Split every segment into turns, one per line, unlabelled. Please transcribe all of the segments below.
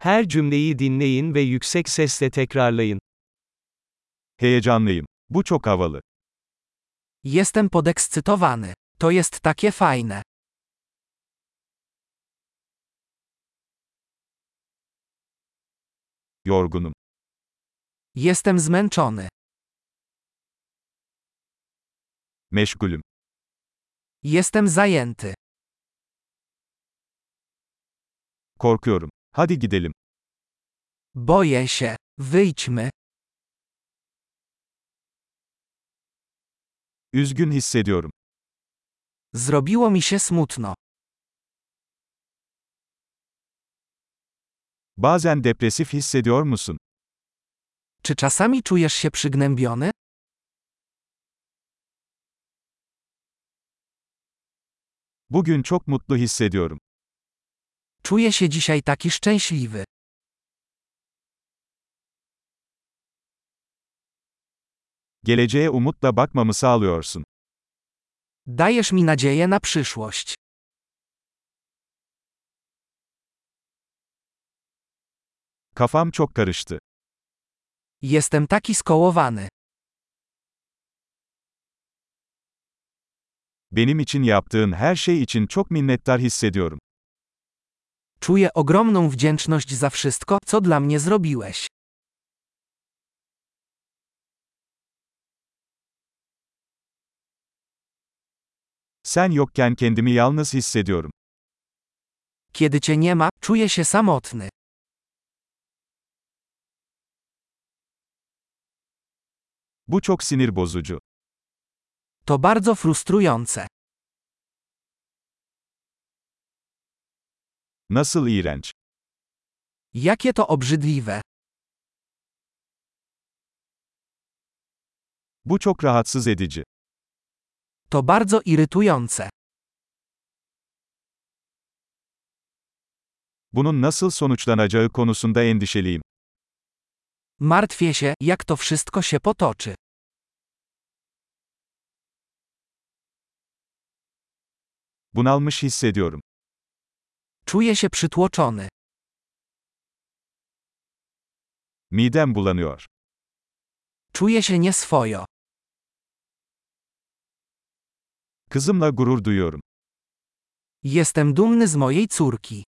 Her cümleyi dinleyin ve yüksek sesle tekrarlayın.
Heyecanlıyım. Bu çok havalı.
Jestem podekscytowany. To jest takie fajne.
Yorgunum.
Jestem zmęczony.
Meşgulüm.
Jestem zajęty.
Korkuyorum. Hadi gidelim.
Boję się. Wyjdźmy.
Üzgün hissediyorum.
Zrobiło mi się smutno.
Bazen depresif hissediyor musun?
Czy czasami czujesz się przygnębiony?
Bugün çok mutlu hissediyorum.
Czuję się dzisiaj taki szczęśliwy.
Geleceğe umutla bakmamı sağlıyorsun.
Dajesz mi nadzieję na przyszłość.
Kafam çok karıştı.
Jestem taki skołowany.
Benim için yaptığın her şey için çok minnettar hissediyorum.
Czuję ogromną wdzięczność za wszystko, co dla mnie zrobiłeş.
Sen yokken kendimi yalnız hissediyorum.
Kiedy cię nie ma, czuję się samotny.
Bu çok sinir bozucu.
To bardzo frustrujące.
Nasıl iğrenç.
Jakie to obrzydliwe.
Bu çok rahatsız edici.
To bardzo irytujące.
Bunun nasıl sonuçlanacağı konusunda endişeliyim.
Martwię się, jak to wszystko się potoczy.
Bunalmış hissediyorum.
Czuję się przytłoczony.
Midem bulanıyor.
Czuję się nieswojo.
Kızımla gurur duyuyorum.
Jestem dumny z mojej córki.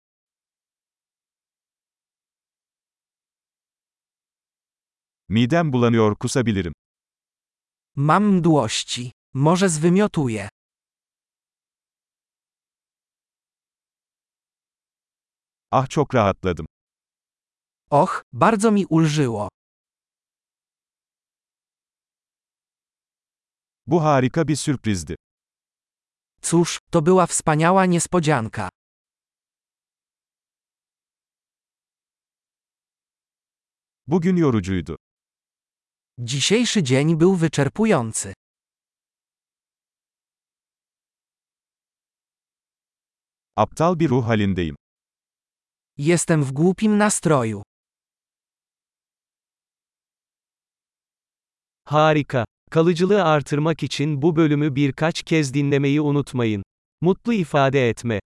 Midem bulanıyor kusabilirim.
Mam mdłości. Może zwymiotuję.
Ah çok rahatladım.
Och, bardzo mi ulżyło.
Bu harika bir sürprizdi.
Cóż, to była wspaniała niespodzianka.
Bugün yorucuydu.
Dzisiejszy dzień był wyczerpujący.
Aptal bir ruh halindeyim.
Jestem w głupim nastroju.
Harika. Kalıcılığı artırmak için bu bölümü birkaç kez dinlemeyi unutmayın. Mutlu ifade etme